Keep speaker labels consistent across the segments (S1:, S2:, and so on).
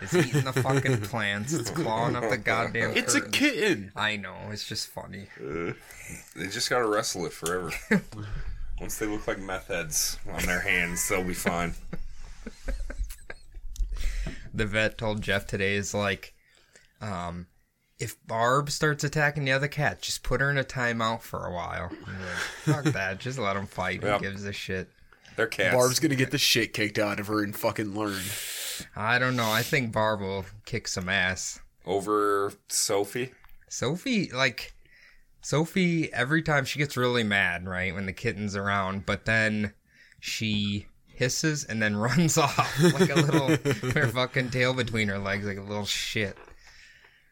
S1: It's eating the fucking plants. It's clawing up the goddamn.
S2: It's a
S1: curtain.
S2: kitten.
S1: I know. It's just funny.
S3: They just gotta wrestle it forever. Once they look like meth heads on their hands, they'll be fine.
S1: The vet told Jeff today is like, um, if Barb starts attacking the other cat, just put her in a timeout for a while. I'm like, Fuck that. Just let them fight.
S3: Yeah.
S1: Who gives a shit?
S3: They're cats.
S2: Barb's gonna get the shit kicked out of her and fucking learn.
S1: I don't know. I think Barb will kick some ass.
S3: over Sophie.
S1: Sophie, like, Sophie, every time she gets really mad, right, when the kitten's around, but then she hisses and then runs off like a little, with her fucking tail between her legs, like a little shit.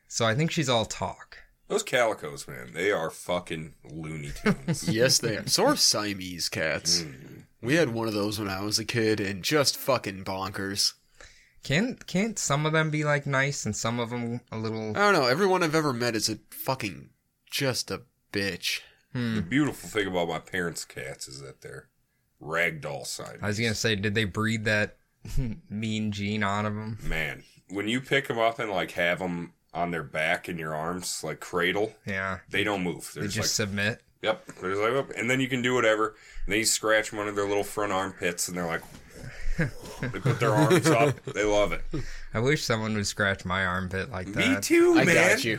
S1: So I think she's all talk.
S3: Those calicos, man, they are fucking Looney Tunes.
S2: Yes, they are. So are Siamese cats.
S1: Hmm.
S2: We had one of those when I was a kid, and just fucking bonkers.
S1: Can, can't some of them be, like, nice and some of them a little.
S2: I don't know. Everyone I've ever met is a fucking just a bitch.
S3: the beautiful thing about my parents' cats is that they're ragdoll side.
S1: I was gonna say, did they breed that mean gene out of them?
S3: man, when you pick them up and like have them on their back in your arms, like cradle,
S1: Yeah.
S3: they don't move. They're
S1: They
S3: just,
S1: just submit.
S3: like, yep. They're just like, "Whoop," and then you can do whatever. And then you scratch them under their little front armpits, and they're like, they put their arms up. They love it.
S1: I wish someone would scratch my armpit like that.
S3: Me too,
S2: I
S3: man.
S2: got you.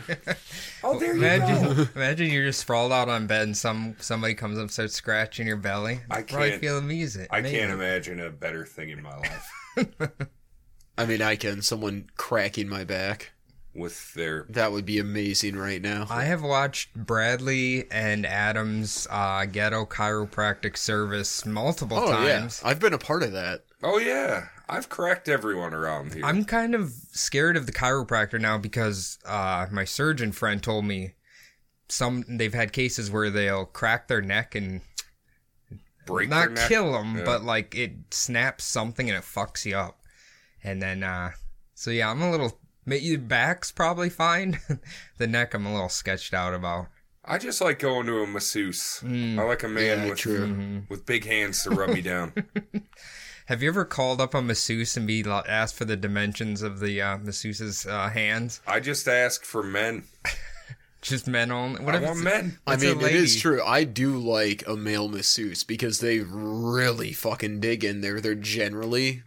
S3: Oh, there you go.
S1: Imagine, imagine you're just sprawled out on bed and some somebody comes up and starts scratching your belly.
S3: I
S1: You probably
S3: can't-
S1: feel amazing.
S3: I can't imagine a better thing in my life
S2: I mean, I can. Someone cracking my back.
S3: with their
S2: That would be amazing right now.
S1: I have watched Bradley and Adam's uh, ghetto chiropractic service multiple
S2: Oh yeah,
S1: times.
S2: I've been a part of that.
S3: Oh yeah, I've cracked everyone around here.
S1: I'm kind of scared of the chiropractor now because uh, my surgeon friend told me some they've had cases where they'll crack their neck and
S3: Break
S1: not
S3: their neck.
S1: kill them,
S3: Yeah.
S1: but like it snaps something and it fucks you up. And then, uh, so yeah, I'm a little. ma- Your back's probably fine. the neck, I'm a little sketched out about. Mm,
S3: I just like going to a masseuse. I like a man
S2: Yeah,
S3: with
S2: true.
S3: with big hands to rub me down.
S1: mm-hmm. Have you ever called up a masseuse and be lo- asked for the dimensions of the uh, masseuse's uh, hands?
S3: I just ask for men.
S1: Just men only. What
S3: I
S1: if
S3: want
S1: it's-
S3: men.
S2: I
S1: it's a
S2: mean, it is
S1: lady.
S2: true. I do like a male masseuse because they really fucking dig in there. They're generally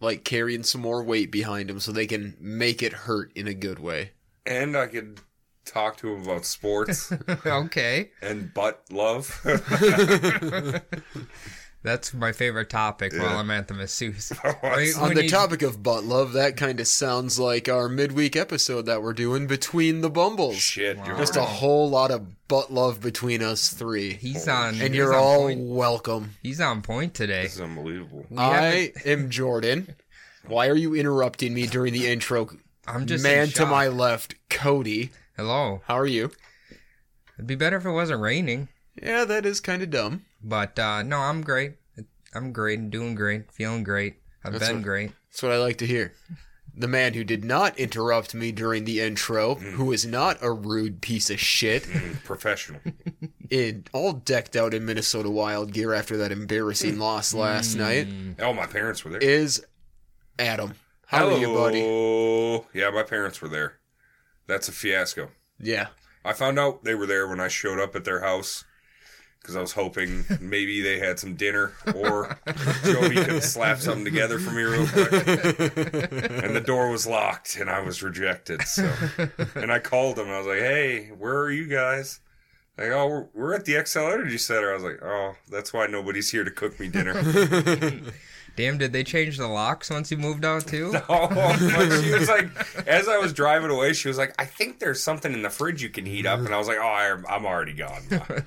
S2: like carrying some more weight behind them so they can make it hurt in a good way.
S3: And I could talk to him about sports
S1: okay,
S3: and butt love.
S1: that's my favorite topic. While I'm at the masseuse, Right
S2: On
S1: when
S2: the
S1: you-
S2: topic of butt love, that kind of sounds like our midweek episode that we're doing between the bumbles.
S3: Shit, you're
S2: Just a
S3: right.
S2: whole lot of butt love between us three.
S1: he's on.
S2: And
S1: he's
S2: you're
S1: on
S2: all
S1: point.
S2: welcome.
S1: He's on point today.
S3: This is unbelievable.
S1: We
S2: I
S1: haven't-
S2: am Jordan. Why are you interrupting me during the intro?
S1: I'm just in
S2: Man to
S1: shock.
S2: my left, Cody.
S1: hello.
S2: How are you?
S1: It'd be better if it wasn't raining.
S2: Yeah, that is kind of dumb.
S1: But uh, no, I'm great. I'm great. and doing great. Feeling great. I've
S2: That's
S1: been
S2: what-
S1: great.
S2: That's what I like to hear. The man who did not interrupt me during the intro, who is not a rude piece of shit,
S3: Professional.
S2: in all decked out in Minnesota Wild gear after that embarrassing loss last
S1: Mm.
S2: night,
S3: Oh, my parents were there.
S2: is Adam. How are you, buddy?
S3: Hello. Yeah, my parents were there. That's a fiasco.
S2: Yeah.
S3: I found out they were there when I showed up at their house because I was hoping maybe they had some dinner or Jody could slap something together for me real quick. and the door was locked and I was rejected. So, and I called them. I was like, "Hey, where are you guys?" Like, oh, we're, we're at the XL Energy Center. I was like, oh, that's why nobody's here to cook me dinner.
S1: Damn, did they change the locks once you moved out too?
S3: oh, but she was like, as I was driving away, she was like, I think there's something in the fridge you can heat up. And I was like, oh, I'm, I'm already gone.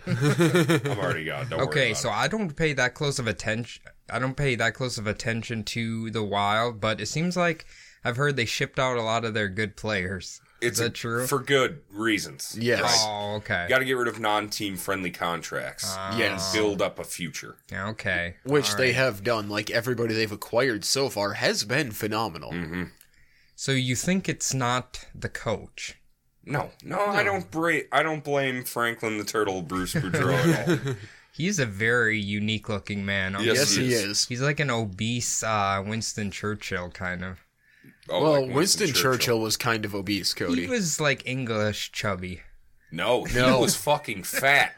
S3: I'm already gone. Don't worry
S1: Okay,
S3: about
S1: so I don't pay that close of attention. I don't pay that close of attention to the wild, but it seems like I've heard they shipped out a lot of their good players. Is that true?
S3: for good reasons.
S2: Yes.
S1: oh, okay.
S3: got to get rid of non-team friendly contracts.
S1: Ah.
S2: Yes.
S3: build up a future.
S1: okay.
S2: Which they have done. Like everybody they've acquired so far has been phenomenal.
S3: Mm-hmm.
S1: So you think it's not the coach?
S3: No, no, I don't. Bra- I don't blame Franklin the Turtle, Bruce Boudreau at all.
S1: He's a very unique looking man.
S3: Yes,
S2: Yes,
S3: he
S2: he
S3: is.
S2: is.
S1: He's like an obese uh, Winston Churchill kind of.
S3: Oh,
S2: well,
S3: like
S2: Winston, Churchill. was kind of obese, Cody.
S1: He was like English chubby.
S3: No, he
S2: No.
S3: was fucking fat.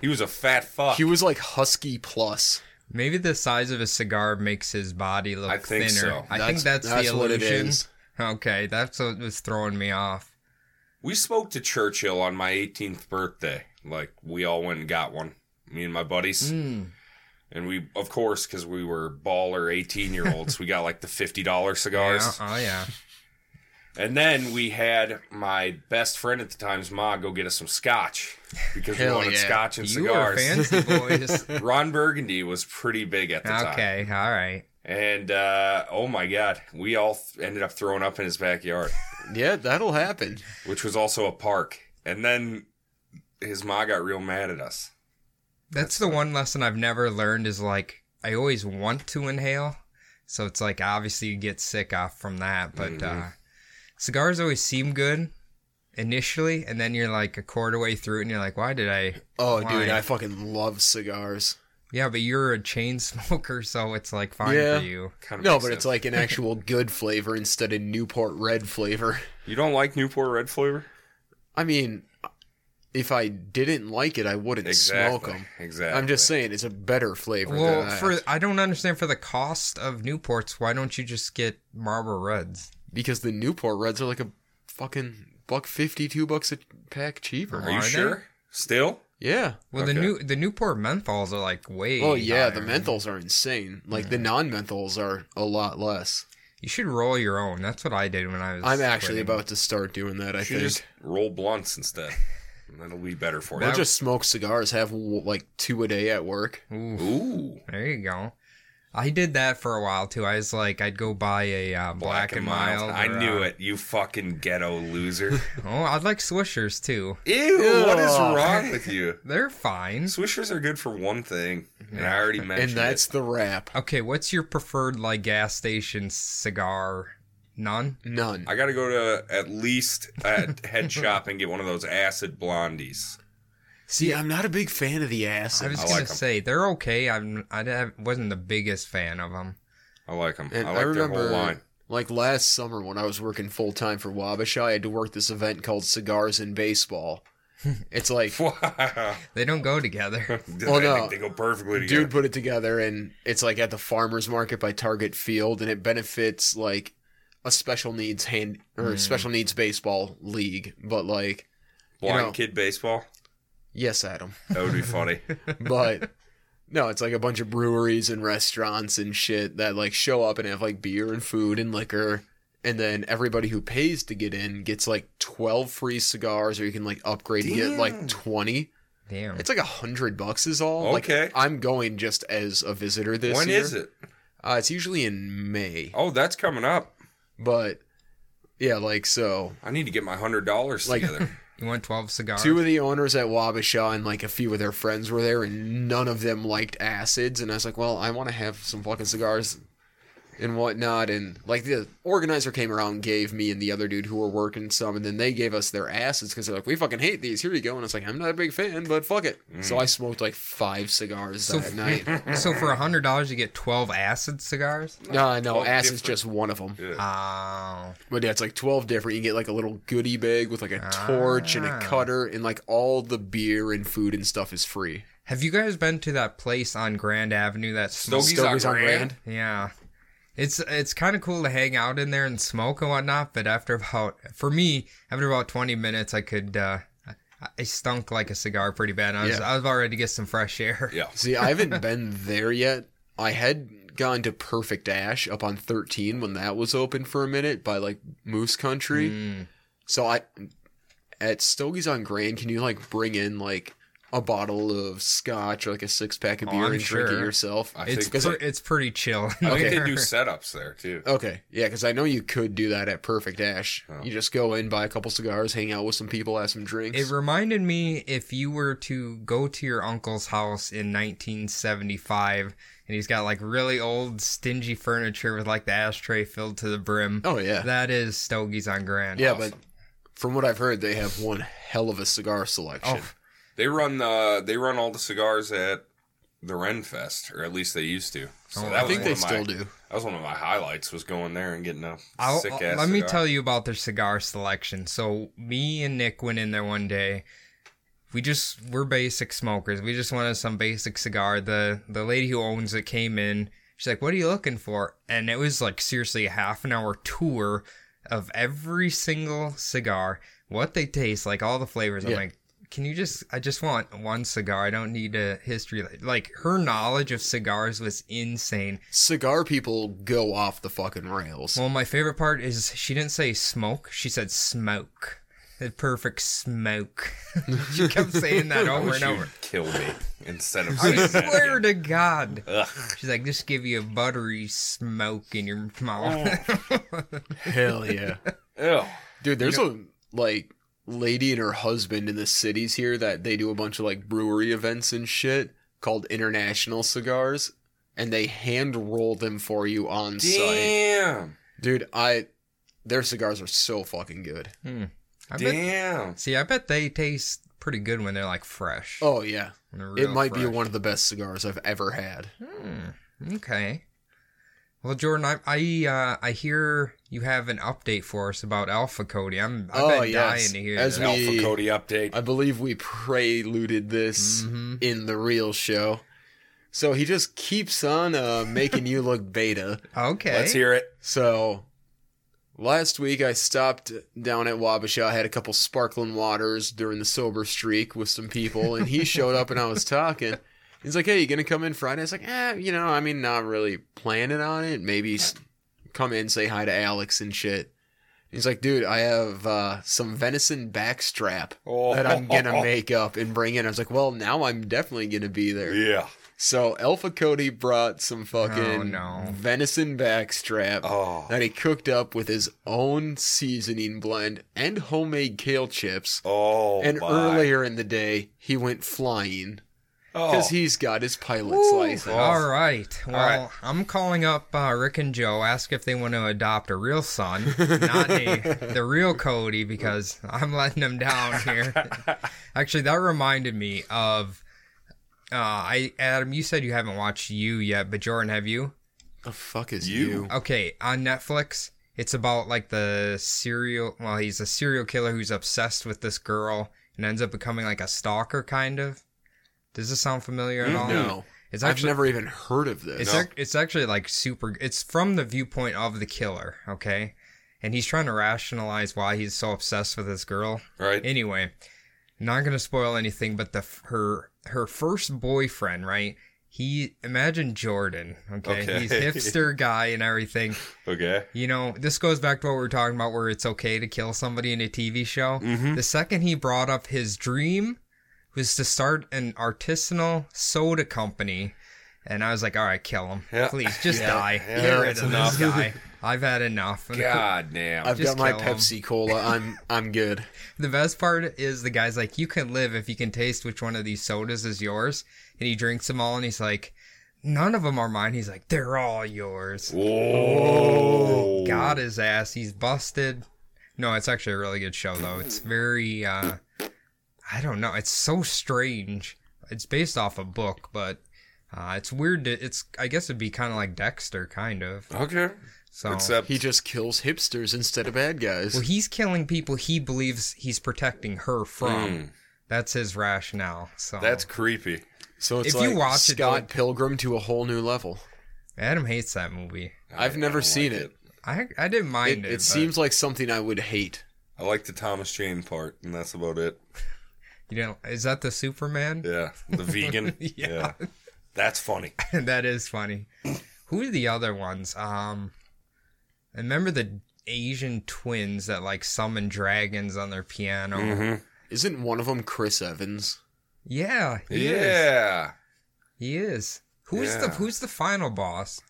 S3: he was a fat fuck.
S2: he was like husky plus.
S1: Maybe the size of his cigar makes his body look
S3: I
S1: thinner.
S3: think so.
S1: I think that's, the illusion.
S2: what it is.
S1: Okay, that's what was throwing me off.
S3: we spoke to Churchill on my 18th birthday. Like we all went and got one. Me and my buddies.
S1: Mm.
S3: And we, of course, because we were baller 18 year olds, we got like the $50
S1: Yeah,
S3: cigars.
S2: uh-uh.
S1: oh yeah.
S3: And then we had my best friend at the time's ma go get us some scotch because we
S2: Hell
S3: wanted
S2: yeah.
S3: scotch and
S1: You are
S3: cigars.
S1: fancy boys.
S3: Ron Burgundy was pretty big at the time.
S1: okay, all right.
S3: And uh, oh my God, we all th- ended up throwing up in his backyard,
S2: Yeah, that'll happen.
S3: which was also a park. And then his ma got real mad at us.
S1: That's, the one lesson I've never learned is like I always want to inhale. So it's like obviously you get sick off from that, but
S2: Mm-hmm.
S1: uh, cigars always seem good initially, and then you're like a quarter way through it and you're like, why did I?
S2: Oh,
S1: Why?
S2: dude, I fucking love cigars.
S1: Yeah, but you're a chain smoker, so it's like fine
S2: Yeah.
S1: for you.
S3: Kind
S2: No,
S3: makes
S2: but it's
S3: sense.
S2: like an actual good flavor instead of Newport Red flavor.
S3: you don't like Newport Red flavor.
S2: I mean, if I didn't like it, I wouldn't smoke
S3: Exactly.
S2: them.
S3: Exactly.
S2: I'm just saying, it's a better flavor.
S1: Well,
S2: than that.
S1: for I don't understand for the cost of Newports, why don't you just get Marlboro Reds?
S2: because the Newport Reds are like a fucking buck fifty, two bucks a pack cheaper.
S3: Are
S1: Are
S3: you
S1: they?
S3: sure? Still?
S2: Yeah.
S1: Well, the
S3: Okay.
S1: new the Newport menthols are like way.
S2: Oh yeah, the
S1: higher.
S2: menthols are insane. Like the non-menthols are a lot less.
S1: You should roll your own. That's what I did when I was.
S2: I'm actually
S1: quitting.
S2: about to start doing that. I
S3: You
S2: think.
S3: just roll blunts instead. And that'll be better for
S2: Or
S3: you.
S2: just smoke cigars. Have w- like two a day at work.
S1: Ooh,
S3: Ooh.
S1: there you go. I did that for a while too. I was like, I'd go buy a uh, Black, and Mild.
S3: I
S1: or,
S3: knew
S1: uh,
S3: it. You fucking ghetto loser.
S1: Oh, I'd like Swishers too.
S3: Ew, what is
S2: Ugh.
S3: wrong with you?
S1: They're fine.
S3: Swishers are good for one thing, and I already mentioned
S2: and that's
S3: it.
S2: the wrap.
S1: Okay, what's your preferred like gas station cigar? None.
S2: None.
S3: I gotta go to at least a head shop and get one of those acid blondies.
S2: See, I'm not a big fan of the
S1: I
S2: acid.
S1: was
S3: I
S1: gonna
S3: like 'em.
S1: say they're okay. I'm I didn't- wasn't the biggest fan of them.
S3: I like them.
S2: and
S3: I
S2: I,
S3: like their
S2: remember,
S3: whole line.
S2: like last summer when I was working full time for Wabash, I had to work this event called Cigars and Baseball. It's like
S3: Wow.
S1: They don't go together.
S3: I
S2: no.
S3: think they go perfectly together.
S2: dude put it together and it's like at the farmers market by target field and it benefits like a special needs hand or
S1: Mm.
S2: special needs baseball league but like
S3: Blind
S2: know.
S3: kid baseball.
S2: yes adam
S3: That would be funny.
S2: but no it's like a bunch of breweries and restaurants and shit that like show up and have like beer and food and liquor and then everybody who pays to get in gets like 12 free cigars or you can like upgrade and get
S3: Damn.
S2: like 20
S1: Damn.
S2: it's like a hundred bucks is
S3: Okay.
S2: all Oh, like i'm going just as a visitor this
S3: when
S2: year
S3: is it?
S2: uh, it's usually in may
S3: Oh, that's coming up.
S2: But yeah, like so,
S3: I need to get my hundred dollars
S2: Like-
S3: together.
S1: You want twelve cigars?
S2: two of the owners at Wabasha and like a few of their friends were there, and none of them liked acids. And I was like, well, I want to have some fucking cigars and whatnot. And like the organizer came around, and gave me and the other dude who were working some, and then they gave us their acids because they're like, we fucking hate these. Here you go. And I was like, I'm not a big fan, but fuck it. So I smoked like five cigars
S1: So-
S2: that night.
S1: so for a hundred dollars, you get twelve acid cigars.
S2: No, no,
S3: Twelve
S2: acid's
S3: different-
S2: just one of them.
S3: Yeah.
S1: Oh,
S2: But yeah, it's like twelve different. You can get like a little goodie bag with like a torch and a
S1: Ah.
S2: cutter, and like all the beer and food and stuff is free.
S1: have you guys been to that place on Grand Avenue? That smokes?
S3: Stogies on Grand?
S1: Yeah, it's it's kind of cool to hang out in there and smoke and whatnot. But after about for me, after about twenty minutes, I could uh, I- I stunk like a cigar pretty bad. and I was
S2: Yeah.
S1: I was already to get some fresh air.
S3: Yeah.
S2: See, I haven't been there yet. I had gone to Perfect Ash up on thirteen when that was open for a minute by like Moose Country.
S1: Mm.
S2: So I at Stogie's on Grand, can you like bring in like a bottle of scotch or like a six pack of
S1: Oh,
S2: beer
S1: I'm
S2: and drink it
S1: sure.
S2: yourself?
S3: I
S1: It's
S3: think
S1: pre- it's pretty chill. in
S3: I think they
S1: there.
S3: do setups there too.
S2: Okay, yeah, because I know you could do that at Perfect Ash.
S3: Oh.
S2: You just go in, buy a couple cigars, hang out with some people, have some drinks.
S1: It reminded me if you were to go to your uncle's house in 1975 and he's got like really old, stingy furniture with like the ashtray filled to the brim.
S2: oh yeah,
S1: That is Stogie's on Grand.
S2: yeah,
S3: awesome.
S2: but from what I've heard, they have one hell of a cigar selection.
S1: Oh,
S3: They run the they run all the cigars at the Ren Fest, or at least they used to. So
S1: Oh,
S3: that
S1: I
S2: I
S3: was
S2: think
S3: one
S2: they
S3: of my,
S2: still do.
S3: That was one of my highlights was going there and getting a
S1: I'll,
S3: sick ass.
S1: I'll- let me tell you about their cigar selection. So me and Nick went in there one day. We just we're basic smokers. We just wanted some basic cigar. The the lady who owns it came in. She's like, "What are you looking for?" And it was like seriously a half an hour tour of every single cigar, what they taste like, all the flavors. I'm
S2: Yeah.
S1: like, "Can you just? I just want one cigar. I don't need a history." Like her knowledge of cigars was insane.
S2: Cigar people go off the fucking rails.
S1: Well, my favorite part is she didn't say smoke. She said smoke. The perfect smoke. she kept saying that
S2: Oh,
S1: over and over.
S3: Kill me instead of saying
S1: I
S3: that
S1: swear
S3: again.
S1: to God.
S3: Ugh.
S1: She's like, just give you a buttery smoke in your
S2: Oh,
S1: mouth.
S2: Hell yeah.
S3: Ew.
S2: Dude, there's a like lady and her husband in the cities here that they do a bunch of like brewery events and shit called International Cigars, and they hand roll them for you on site.
S3: Damn.
S2: Dude, I their cigars are so fucking good.
S1: I bet,
S3: Damn.
S1: see, I bet they taste pretty good when they're like fresh.
S2: Oh yeah,
S1: When they're
S2: it
S1: real
S2: might be
S1: fresh.
S2: one of the best cigars I've ever had.
S1: Hmm, okay. Well, Jordan, I I, uh, I hear you have an update for us about Alpha Cody. I'm I've
S2: Oh,
S1: been dying
S2: yes.
S1: to hear
S2: As
S1: this.
S2: we-
S3: Alpha Cody update.
S2: I believe we preluded this
S1: Mhm.
S2: in the real show. So he just keeps on uh, making you look beta.
S1: Okay.
S3: Let's hear it.
S2: So last week I stopped down at Wabasha. I had a couple sparkling waters during the sober streak with some people, and he showed up and I was talking. He's like, "Hey, you gonna come in Friday?" I was like, "Eh, you know, I mean, not really planning on it. Maybe s- come in, say hi to Alex and shit." He's like, "Dude, I have uh, some venison backstrap
S3: Oh.
S2: that I'm gonna make up and bring in." I was like, "Well, now I'm definitely gonna be there."
S3: Yeah.
S2: So Alpha Cody brought some fucking
S1: Oh, no.
S2: venison backstrap
S3: Oh.
S2: that he cooked up with his own seasoning blend and homemade kale chips.
S3: Oh.
S2: and
S3: my.
S2: earlier in the day, he went flying
S3: Oh.
S2: because he's got his pilot's
S1: Ooh,
S2: license.
S1: All right. Well,
S3: right.
S1: I'm calling up uh, Rick and Joe, ask if they want to adopt a real son, not a, the real Cody, because I'm letting them down here. Actually, that reminded me of. Uh, I Adam, you said you haven't watched you yet, but Jordan, have you?
S2: The fuck is
S3: You.
S2: you?
S1: Okay, on Netflix, it's about like the serial. Well, he's a serial killer who's obsessed with this girl and ends up becoming like a stalker, kind of. Does this sound familiar at all?
S2: Mm, No.
S1: It's
S2: I've
S1: actually
S2: never even heard of this.
S1: It's ac- it's actually like super. It's from the viewpoint of the killer, okay, and he's trying to rationalize why he's so obsessed with this girl.
S3: Right.
S1: Anyway, not gonna spoil anything, but the f- her her first boyfriend, right? He imagine Jordan, okay?
S3: Okay.
S1: He's hipster guy and everything.
S3: Okay.
S1: You know, this goes back to what we were talking about, where it's okay to kill somebody in a TV show.
S2: Mm-hmm.
S1: The second he brought up his dream was to start an artisanal soda company, and I was like, "All right, kill him,
S3: Yeah.
S1: please, just
S2: Yeah.
S1: die.
S3: Yeah,
S1: Get rid
S3: that's
S1: of
S3: enough.
S1: this guy. I've had enough." And the-
S3: God damn.
S2: I've
S1: just um,
S2: got my
S1: kill 'em.
S2: Pepsi Cola. I'm I'm good.
S1: The best part is the guy's like, "You can live if you can taste which one of these sodas is yours," and he drinks them all, and he's like, "None of them are mine." He's like, "They're all yours."
S3: Oh.
S1: got his ass. He's busted. No, it's actually a really good show though. It's very uh I don't know. It's so strange. It's based off a book, but uh it's weird to it's I guess it'd be kind of like Dexter kind of.
S3: Okay.
S1: So
S3: Except
S2: He just kills hipsters instead of bad guys.
S1: well, he's killing people he believes he's protecting her from.
S3: Mm.
S1: That's his rationale. So
S3: that's creepy.
S2: so it's
S1: if
S2: like
S1: you watch it,
S2: Scott
S1: like-
S2: Pilgrim to a whole new level.
S1: Adam hates that movie.
S2: I've
S3: I- I
S2: never
S3: don't
S2: seen
S3: like
S2: it.
S1: I I didn't mind
S2: It,
S1: it.
S2: it
S1: but-
S2: seems like something I would hate.
S3: I like the Thomas Jane part, and that's about it.
S1: you know. Is that the Superman?
S3: Yeah, the vegan. yeah. that's funny.
S1: that is funny. Who are the other ones? Um, I remember the Asian twins that like summon dragons on their piano.
S3: Mm-hmm.
S2: Isn't one of them Chris Evans?
S1: Yeah, he is.
S3: Yeah,
S1: He is. Who's the
S3: Yeah.
S1: Who's the final boss?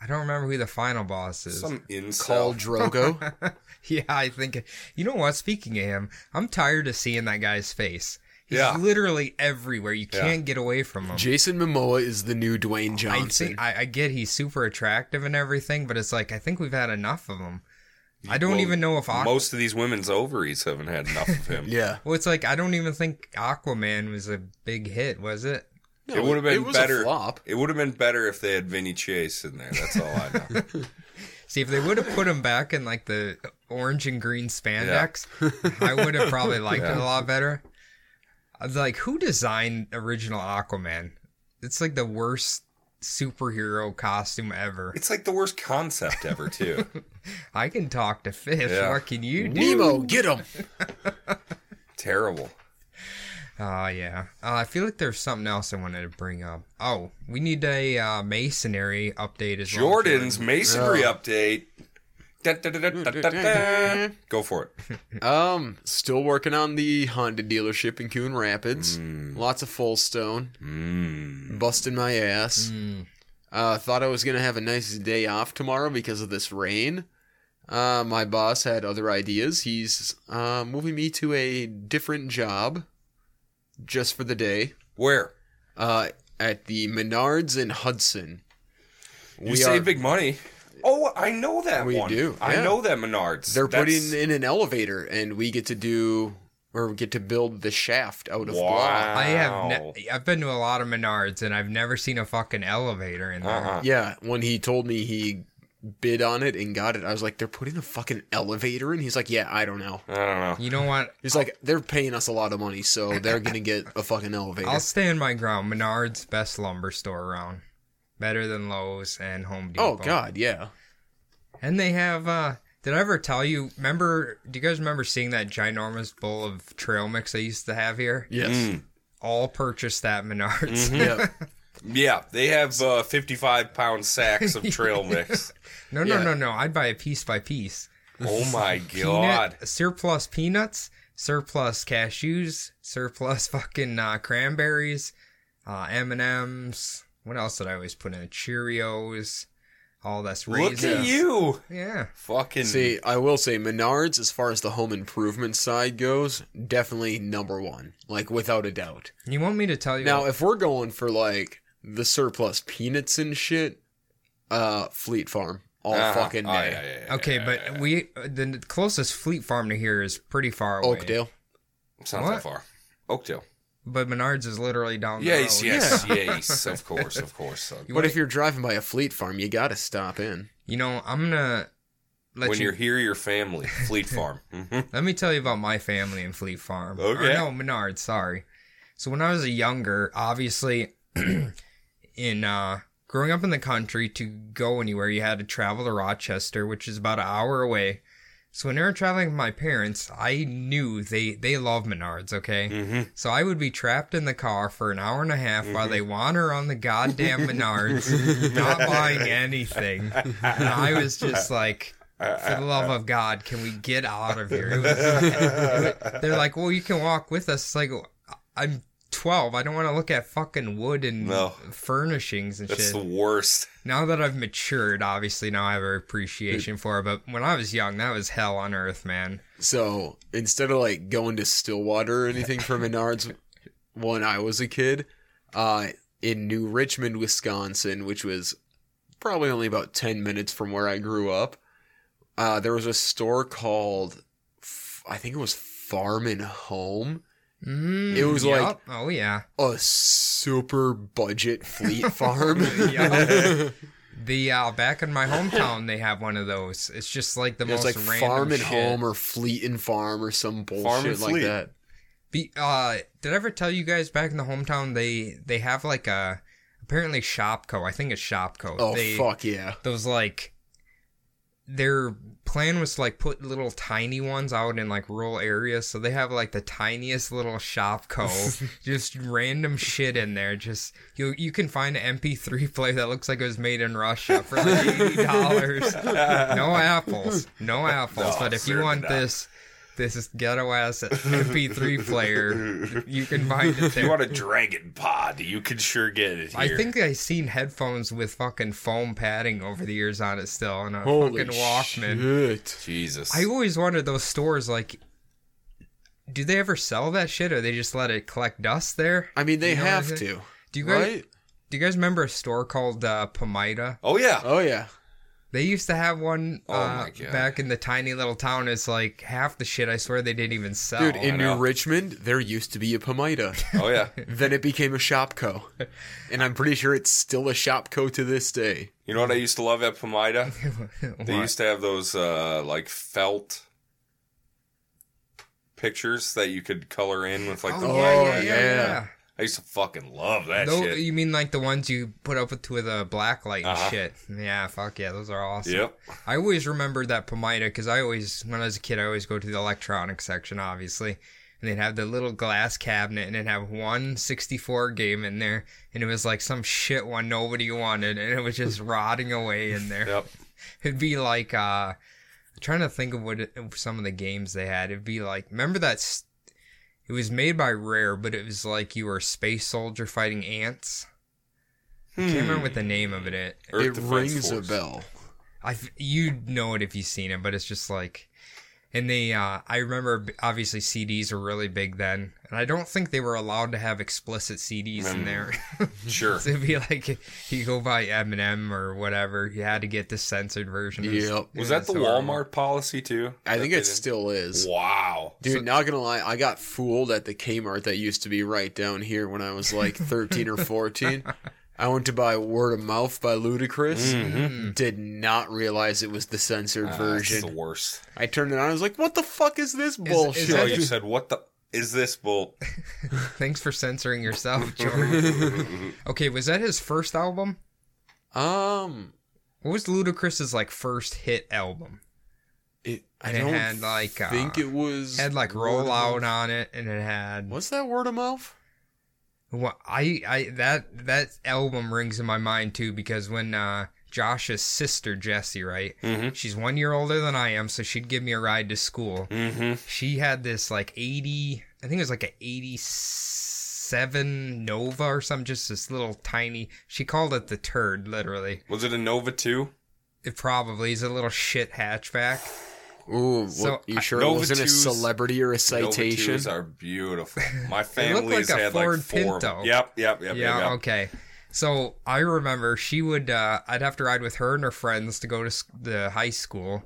S1: I don't remember who the final boss is.
S3: some incel.
S2: Call Drogo?
S1: yeah, I think. You know what? Speaking of him, I'm tired of seeing that guy's face. He's
S3: Yeah.
S1: literally everywhere. You can't get away from him.
S2: Jason Momoa is the new Dwayne
S1: I
S2: Johnson.
S1: think I, I get he's super attractive and everything, but it's like I think we've had enough of him. I don't
S3: Well,
S1: even know if Aqu-
S3: Most of these women's ovaries haven't had enough of him.
S2: yeah.
S1: Well, it's like I don't even think Aquaman was a big hit, was it?
S2: No,
S3: it would have been
S2: it was
S3: better.
S2: A flop.
S3: It would have been better if they had Vinny Chase in there. That's all I know.
S1: See, if they would have put him back in like the orange and green spandex, I would have probably liked it
S3: Yeah.
S1: a lot better. I was like, who designed original Aquaman? It's like the worst superhero costume ever.
S3: it's like the worst concept ever, too.
S1: I can talk to fish.
S3: Yeah.
S1: What can you do?
S2: Nemo, get him.
S3: Terrible.
S1: Oh, yeah. Uh, I feel like there's something else I wanted to bring up. Oh, we need a uh, masonry update as well. Hmm.
S3: Jordan's masonry update. Da, da, da, da, da, da, da. Go for it.
S2: Um, still working on the Honda dealership in Coon Rapids. Lots of full stone.
S3: Mm.
S2: Busting my ass. Uh, thought I was gonna have a nice day off tomorrow because of this rain. Uh, my boss had other ideas. He's uh, moving me to a different job, just for the day.
S3: Where?
S2: Uh, at the Menards in Hudson.
S3: You
S2: We
S3: save
S2: are-
S3: big money. Oh, I know that
S2: We
S3: one.
S2: do,
S3: I
S2: yeah.
S3: know that Menards.
S2: They're
S3: That's-
S2: putting in an elevator, and we get to do or get to build the shaft out of block.
S3: Wow.
S1: I have ne- I've been to a lot of Menards and I've never seen a fucking elevator in there.
S3: Uh-uh.
S2: Yeah, when he told me he bid on it and got it, I was like, they're putting a fucking elevator in? He's like, yeah, I don't know.
S3: I don't know.
S1: You know what?
S2: He's like, they're paying us a lot of money, so they're going to get a fucking elevator.
S1: I'll stand my ground. Menards best lumber store around. Better than Lowe's and Home Depot.
S2: oh, God, yeah.
S1: And they have uh did I ever tell you remember do you guys remember seeing that ginormous bowl of trail mix I used to have here?
S2: Yes.
S3: Mm.
S1: All purchased at Menards.
S3: Mm-hmm.
S2: Yeah.
S3: Yeah, they have uh, 55 pound sacks of trail mix.
S1: no, no,
S2: Yeah.
S1: no, no. I'd buy a piece by piece.
S3: Oh my
S1: Peanut-
S3: god.
S1: surplus peanuts, surplus cashews, surplus fucking uh, cranberries, uh, M and M's. What else did I always put in? Cheerios. All that's
S3: Look
S1: raisins.
S3: at you.
S1: Yeah.
S3: Fucking
S2: See, I will say, Menards, as far as the home improvement side goes, definitely number one, like, without a doubt.
S1: You want me to tell you?
S2: Now, if we're going for, like, the surplus peanuts and shit, uh, Fleet Farm all
S3: Uh-huh.
S2: fucking day.
S3: Oh, yeah, yeah, yeah,
S1: okay,
S3: yeah,
S1: but
S3: yeah, yeah.
S1: we the closest Fleet Farm to here is pretty far away.
S2: Oakdale.
S3: It's not
S1: What?
S3: that far. Oakdale.
S1: But Menards is literally down the
S3: Yes,
S1: road.
S3: yes, yes. Of course, of course. son.
S1: You
S2: But
S1: wanna-
S2: if you're driving by a Fleet Farm, you got to stop in.
S1: You know, I'm gonna let
S3: when
S1: you
S3: you... are here, your family, Fleet Farm. Mhm.
S1: Let me tell you about my family and Fleet Farm.
S3: Okay.
S1: Or no, Menards, sorry. So when I was younger, obviously in uh growing up in the country to go anywhere you had to travel to Rochester, which is about an hour away. So when they were traveling with my parents, I knew they they love Menards, okay?
S3: Mhm.
S1: So I would be trapped in the car for an hour and a half while they wander on the goddamn Menards, not buying anything. And
S3: mm-hmm.
S1: I was just like, for the love of God, can we get out of here? It was- they're like, well, you can walk with us. It's like, I'm 12. I don't want to look at fucking wood and
S3: No.
S1: furnishings and
S3: That's
S1: shit.
S3: the worst.
S1: Now that I've matured, obviously, now I have an appreciation for it. But when I was young, that was hell on earth, man.
S2: So instead of like going to Stillwater or anything for Menards when I was a kid, uh, in New Richmond, Wisconsin, which was probably only about 10 minutes from where I grew up, uh, there was a store called, F- I think it was Farm and Home.
S1: Mm,
S2: It was like-
S1: oh, yeah.
S2: A super budget fleet farm.
S1: Yeah. The uh, back in my hometown, they have one of those. It's just like the
S2: It's
S1: most
S2: like
S1: random
S2: farm and
S1: shit.
S2: home or fleet and farm or some bullshit
S3: and
S2: like
S3: Fleet.
S2: that.
S1: Be, uh, did I ever tell you guys back in the hometown they they have like a apparently Shopco. I think it's Shopco.
S2: Oh
S1: they,
S2: fuck yeah!
S1: Those like their plan was to like put little tiny ones out in like rural areas, so they have like the tiniest little Shopco, just random shit in there. Just you you can find an MP3 player that looks like it was made in Russia for like eighty dollars. no apples, no apples.
S3: No,
S1: but if you
S3: certainly
S1: want
S3: not.
S1: this. This is ghetto ass MP3 player. You can find it
S3: If you
S1: there.
S3: want a dragon pod, you can sure get it here.
S1: I think I've seen headphones with fucking foam padding over the years on it still, and a fucking Walkman.
S2: shit.
S3: Jesus.
S1: I always wondered those stores like, do they ever sell that shit, or they just let it collect dust there?
S2: I mean, they
S1: You know what I'm saying?
S2: have to,
S1: Do you guys
S2: right?
S1: do you guys remember a store called uh, Pomida?
S3: oh yeah.
S2: Oh yeah.
S1: They used to have one
S3: Oh
S1: uh,
S3: my God.
S1: back in the tiny little town. It's like half the shit. I swear they didn't even sell.
S2: Dude, in
S3: I
S2: New
S3: know.
S2: Richmond, there used to be a Pomida.
S3: Oh yeah.
S2: then it became a Shopco. And I'm pretty sure it's still a Shopco to this day.
S3: You know what I used to love at Pomida? They
S1: What?
S3: used to have those uh, like felt pictures that you could color in with like
S1: oh,
S3: the.
S1: yeah,
S2: Oh,
S1: yeah, yeah,
S2: yeah.
S1: yeah.
S3: I used to fucking love that
S1: Tho-
S3: shit.
S1: you mean like the ones you put up with with a black light and
S3: Uh-huh.
S1: shit? Yeah, fuck yeah, those are awesome.
S3: Yep.
S1: I always remembered that Pomida because I always, when I was a kid, I always go to the electronics section, obviously. And they'd have the little glass cabinet and it'd have one 64 game in there. And it was like some shit one nobody wanted. And it was just rotting away in there.
S3: Yep.
S1: It'd be like, uh, I'm trying to think of what it, of some of the games they had. It'd be like, remember that? s it was made by Rare, but it was like you were a space soldier fighting ants. I can't remember what the name of it is.
S3: Hmm. Earth
S2: it
S3: Defense
S2: rings
S3: Force.
S2: a bell.
S1: I you know it if you've seen it, but it's just like, and they uh, I remember b- obviously CDs were really big then, and I don't think they were allowed to have explicit CDs in
S3: Mm.
S1: there.
S3: Sure.
S1: so it'd be like you go buy Eminem or whatever, you had to get the censored version. of-
S2: Yep.
S3: Was
S1: Yeah,
S3: that the
S1: so-
S3: Walmart policy too?
S2: I think
S3: That
S2: it
S3: they
S2: still
S3: didn't-
S2: is.
S3: Wow.
S2: Dude, not gonna lie, I got fooled at the Kmart that used to be right down here when I was like 13 or 14. I went to buy Word of Mouth by Ludacris.
S1: Mm-hmm.
S2: Did not realize it was the censored
S3: Mm-hmm. Ah, this is
S2: version.
S3: the worst.
S2: I turned it on. I was like, "What the fuck is this bullshit?"
S1: is
S3: Oh,
S1: that
S3: you said what the is this bull?
S1: Mm, Thanks for censoring yourself, Jordan.
S3: Mm-hmm.
S1: okay, was that his first album?
S2: um,
S1: What was Ludacris's like first hit album?
S2: it, I
S1: And it
S2: don't
S1: had, like, uh,
S2: think it was
S1: It had like
S2: Word of
S1: Roll Out
S2: Mouth.
S1: on it, and it had
S2: Was that Word of Mouth?
S1: Well, I, I that that album rings in my mind too because when uh, Josh's sister Jessie, right?
S3: Mhm.
S1: She's one year older than I am, so she'd give me a ride to school.
S3: Mm-hmm.
S1: She had this like eighty, I think it was like an eighty-seven Nova or something, just this little tiny. She called it the turd, literally.
S3: Was it a Nova two?
S1: It probably is a little shit hatchback.
S2: Ooh, what,
S1: So, uh,
S2: you sure it
S3: Nova
S2: wasn't a
S3: 2's
S2: celebrity or a
S3: Nova
S2: citation?
S3: twos are beautiful. My
S1: look
S3: family has
S1: like a
S3: had
S1: Ford
S3: like four. of them.
S1: Pinto.
S3: Yep, yep, yep,
S1: yeah,
S3: yep. yep.
S1: okay. So I remember she would. Uh, I'd have to ride with her and her friends to go to sc- the high school,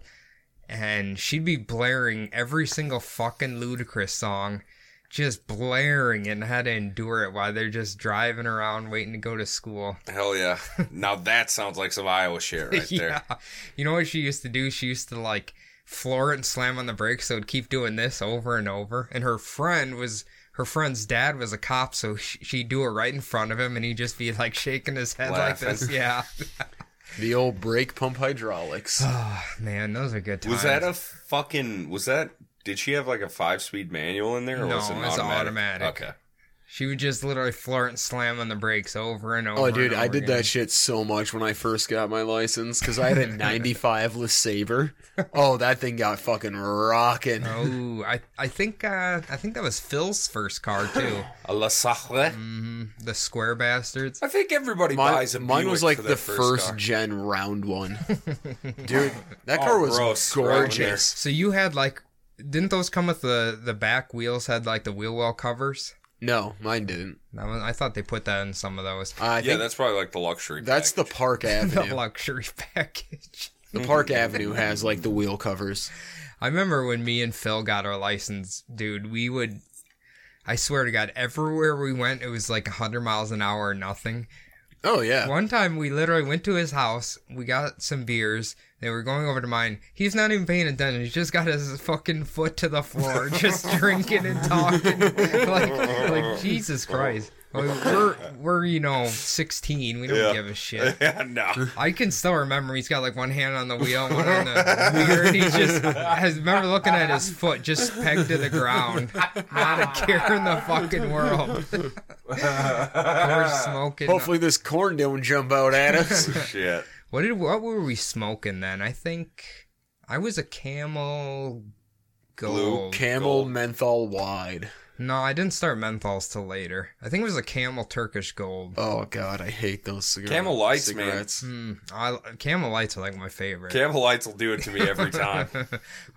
S1: and she'd be blaring every single fucking ludicrous song, just blaring, it and had to endure it while they're just driving around waiting to go to school.
S3: Hell yeah! Now that sounds like some Iowa shit right there.
S1: yeah, you know what she used to do? She used to like floor it and slam on the brakes, so it'd keep doing this over and over. And her friend was. Her friend's dad was a cop, so sh- she'd do it right in front of him, and he'd just be like shaking his head like this.
S3: Laughing.
S1: Yeah.
S2: The old brake pump hydraulics.
S1: Oh man, those are good times.
S3: Was that a fucking? Was that? Did she have like a five speed manual in there? Or
S1: No,
S3: was it
S1: it's automatic.
S3: Okay.
S1: She would just literally floor it and slam on the brakes over and over.
S2: Oh, dude,
S1: and
S2: I
S1: over
S2: did
S1: again.
S2: that shit so much when I first got my license because I had a 95 LeSabre. Oh, that thing got fucking rocking.
S1: Oh, I I think uh, I think that was Phil's first car too.
S3: A La Sacre.
S1: hmm The square bastards.
S3: I think everybody
S2: Mine,
S3: buys a.
S2: mine
S3: Buick
S2: was like
S3: for
S2: the
S3: their
S2: first,
S3: car.
S2: gen round one. Dude, that car
S3: Oh,
S2: was
S3: gross.
S2: gorgeous.
S1: So you had like, didn't those come with the the back wheels had like the wheel well covers?
S2: No, mine didn't.
S1: That was, I thought they put that in some of those.
S2: I
S3: Yeah,
S2: think
S3: that's probably like the luxury.
S2: that's
S3: pack.
S2: the Park
S1: The
S2: Avenue.
S1: luxury package.
S2: The Park Avenue has like the wheel covers.
S1: I remember when me and Phil got our license, dude, we would I swear to God, everywhere we went it was like 100 miles an hour or nothing.
S2: Oh yeah.
S1: One time we literally went to his house, we got some beers, they were going over to mine. He's not even paying attention. He's just got his fucking foot to the floor just drinking and talking. like like Jesus Christ. I mean, We're we're you know 16. We don't
S3: Yeah.
S1: give a shit.
S3: yeah, no.
S1: I can still remember he's got like one hand on the wheel, one on the wheel, and he's just. I remember looking at his foot just pegged to the ground, not a care in the fucking world. We're smoking.
S2: Hopefully this corn don't jump out at us.
S3: Shit.
S1: What did what were we smoking then? I think I was a Camel Gold.
S2: Camel menthol wide.
S1: No, I didn't start menthols till later. I think it was a Camel Turkish Gold.
S2: Oh god, I hate those cigarettes.
S3: Camel Lights, man.
S2: cigarettes.
S1: Hmm, I, Camel Lights are like my favorite.
S3: Camel Lights will do it to me every time.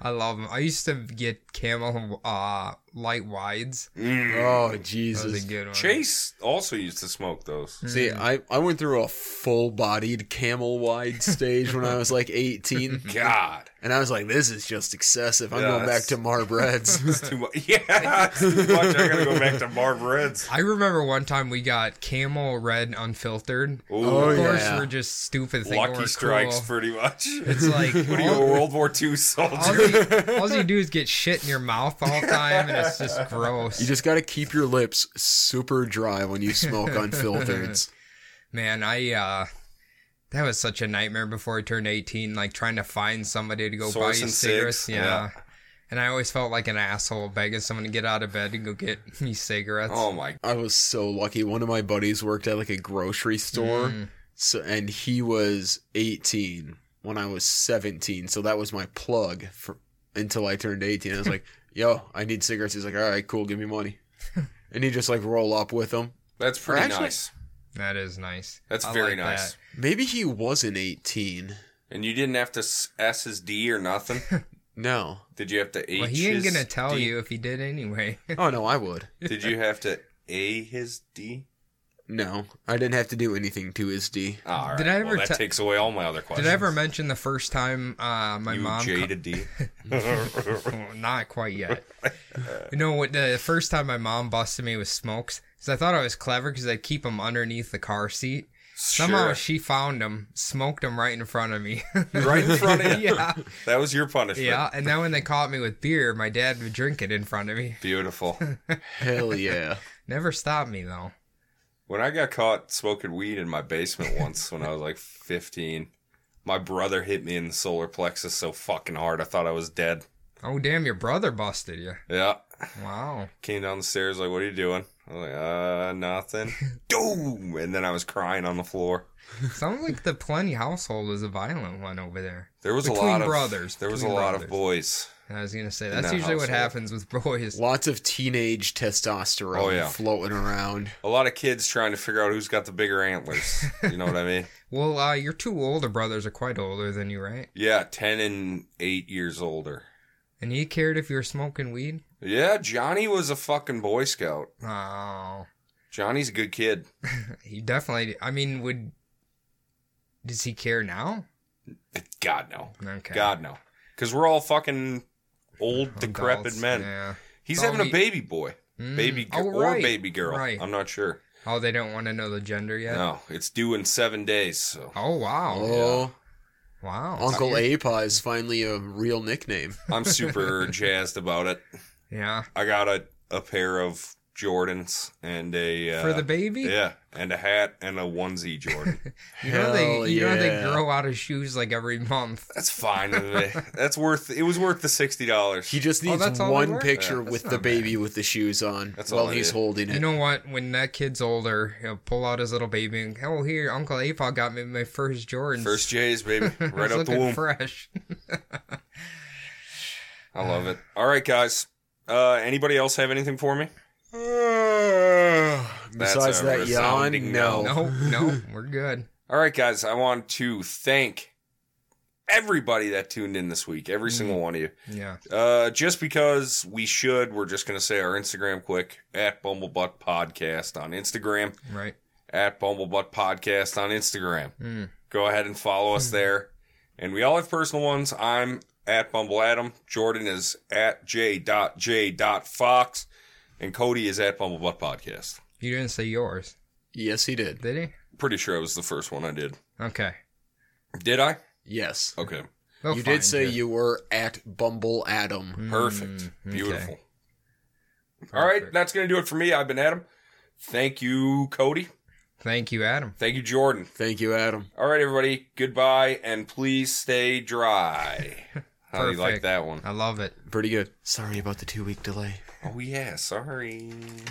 S1: I love them. I used to get Camel uh, Light Wides.
S3: Mm.
S2: Oh
S1: That was
S2: Jesus.
S1: a good one.
S3: Chase also used to smoke
S1: Mm.
S3: those.
S2: See, I, I went through a full bodied camel wide stage when I was like 18,
S3: God,
S2: and I was like, this is just excessive. I'm
S3: Yeah,
S2: going back
S3: that's-
S2: to Marbreds.
S3: it's too much. Yeah, it's too much. I gotta go back to Marv Reds.
S1: I remember one time we got Camel Red Unfiltered.
S3: Ooh,
S2: Oh,
S1: Of course,
S2: yeah.
S1: we're just stupid. Thinking
S3: Lucky
S1: we're
S3: strikes,
S1: Cool.
S3: pretty much.
S1: It's like
S3: What are you, a
S1: all,
S3: World War II
S1: all,
S3: soldier?
S1: you, all you do is get shit in your mouth all the time, and it's just gross.
S2: you just got to keep your lips super dry when you smoke unfiltered.
S1: Man, I uh that was such a nightmare before I turned 18 like trying to find somebody to go buy
S3: Source
S1: you
S3: and
S1: cigarettes.
S3: cigs,
S1: Yeah.
S3: yeah.
S1: And I always felt like an asshole begging someone to get out of bed and go get me cigarettes.
S3: Oh my!
S2: I was so lucky. One of my buddies worked at like a grocery store,
S1: Hmm. Mm,
S2: so and he was 18 when I was 17. So that was my plug for until I turned 18. I was like, "Yo, I need cigarettes." He's like, "All right, cool, give me money." And he just like roll up with them.
S3: That's pretty
S2: actually-
S3: nice.
S1: That is nice.
S3: That's
S1: I
S3: very
S1: like
S3: nice.
S1: that.
S2: Maybe he wasn't 18.
S3: And you didn't have to s- S his D or nothing.
S2: No.
S3: Did you have to H?
S1: Well, he ain't
S3: his
S1: gonna tell
S3: D?
S1: you if he did anyway.
S2: Oh no, I would.
S3: Did you have to A his D?
S2: No, I didn't have to do anything to his D.
S3: All right.
S1: Did I
S3: well,
S1: ever
S3: that
S1: te-
S3: takes away all my other questions.
S1: did I ever mention the first time uh my
S3: you
S1: mom co-
S3: jaded D?
S1: Well, not quite yet. you know what? The first time my mom busted me with smokes, because I thought I was clever because I keep them underneath the car seat. Somehow
S3: Sure.
S1: she found them, smoked them right in front of me.
S3: Right in front of you.
S1: yeah,
S3: That was your punishment.
S1: yeah. And then when they caught me with beer, my dad would drink it in front of me.
S3: Beautiful.
S2: Hell yeah.
S1: Never stopped me though.
S3: When I got caught smoking weed in my basement once when I was like 15, my brother hit me in the solar plexus so fucking hard I thought I was dead.
S1: Oh damn, your brother busted you.
S3: Yeah.
S1: Wow.
S3: Came down the stairs like, what are you doing? I was like, uh, nothing. Doom! And then I was crying on the floor.
S1: Sounds like the Plenty household is a violent one over there.
S3: There was
S1: Between
S3: a lot of
S1: brothers,
S3: There was a
S1: between
S3: lot of
S1: brothers.
S3: boys.
S1: And I was gonna say
S3: In
S1: that's
S3: that
S1: usually what
S3: household.
S1: happens with boys.
S2: Lots of teenage testosterone
S3: Oh, yeah.
S2: floating around.
S3: A lot of kids trying to figure out who's got the bigger antlers. You know what I mean?
S1: Well, uh, your two older brothers are quite older than you, right?
S3: Yeah, 10 and 8 years older.
S1: And he cared if you were smoking weed?
S3: Yeah, Johnny was a fucking Boy Scout.
S1: Oh,
S3: Johnny's a good kid.
S1: he definitely. I mean, would does he care now?
S3: God, no.
S1: Okay,
S3: God no, because we're all fucking old, decrepit
S1: Adults,
S3: men.
S1: Yeah.
S3: He's
S1: Well,
S3: having a
S1: we-
S3: baby boy,
S1: Mm,
S3: baby
S1: oh,
S3: girl, or
S1: right,
S3: baby girl.
S1: Right.
S3: I'm not sure.
S1: oh, they don't want to know the gender yet.
S3: No, it's due in seven days. So
S1: Oh wow,
S2: Oh,
S1: wow,
S2: Uncle Apa is finally a real nickname.
S3: I'm super jazzed about it.
S1: Yeah,
S3: I got a a pair of Jordans and a uh,
S1: for the baby.
S3: Yeah, and a hat and a onesie Jordan.
S1: You know they,
S2: Hell
S1: you know they
S2: yeah.
S1: grow out of shoes like every month.
S3: That's fine. with me. That's worth. It was worth the sixty dollars.
S2: He just
S1: Oh,
S2: needs
S1: that's all
S2: one
S1: they were?
S2: picture
S1: Yeah,
S2: with
S1: that's
S2: the
S1: not
S2: baby with the shoes on
S3: That's all
S2: while
S3: I
S2: he's
S3: need.
S2: holding it.
S1: You know what? When that kid's older, he'll pull out his little baby and oh, here, Uncle Apaw got me my first Jordans.
S3: First J's, baby,
S1: I was
S3: right out the
S1: looking
S3: womb.
S1: fresh.
S3: I love it. All right, guys. Uh, anybody else have anything for me?
S2: Besides
S3: a
S2: that
S3: resounding
S2: yawn, no.
S3: no.
S1: No, no, we're good.
S3: All right, guys, I want to thank everybody that tuned in this week,
S1: Mm.
S3: every single one of you.
S1: Yeah.
S3: Uh, just because we should, we're just going to say our Instagram quick at Bumblebutt Podcast on Instagram,
S1: Right.
S3: at Bumblebutt Podcast on Instagram.
S1: Mm.
S3: Go ahead and follow
S1: Hmm.
S3: us there. And we all have personal ones. I'm at Bumble Adam. Jordan is at j.j.fox. And Cody is at Bumblebutt Podcast.
S1: You didn't say yours,
S2: Yes, he did.
S1: did he?
S3: Pretty sure it was the first one I did.
S1: Okay.
S3: Did I?
S2: Yes.
S3: Okay.
S1: They'll
S2: you
S1: find
S2: did say you were at Bumble Adam.
S3: Perfect.
S1: Mm,
S3: Beautiful.
S1: okay.
S3: All right,
S1: Perfect.
S3: that's going to do it for me. I've been Adam. Thank you, Cody.
S1: Thank you, Adam.
S3: Thank you, Jordan.
S2: Thank you, Adam.
S3: All right, everybody. Goodbye, and please stay dry. How do you like
S1: Perfect.
S3: that one?
S1: I love it.
S2: Pretty good. Sorry about the two week delay.
S3: Oh, yeah. Sorry.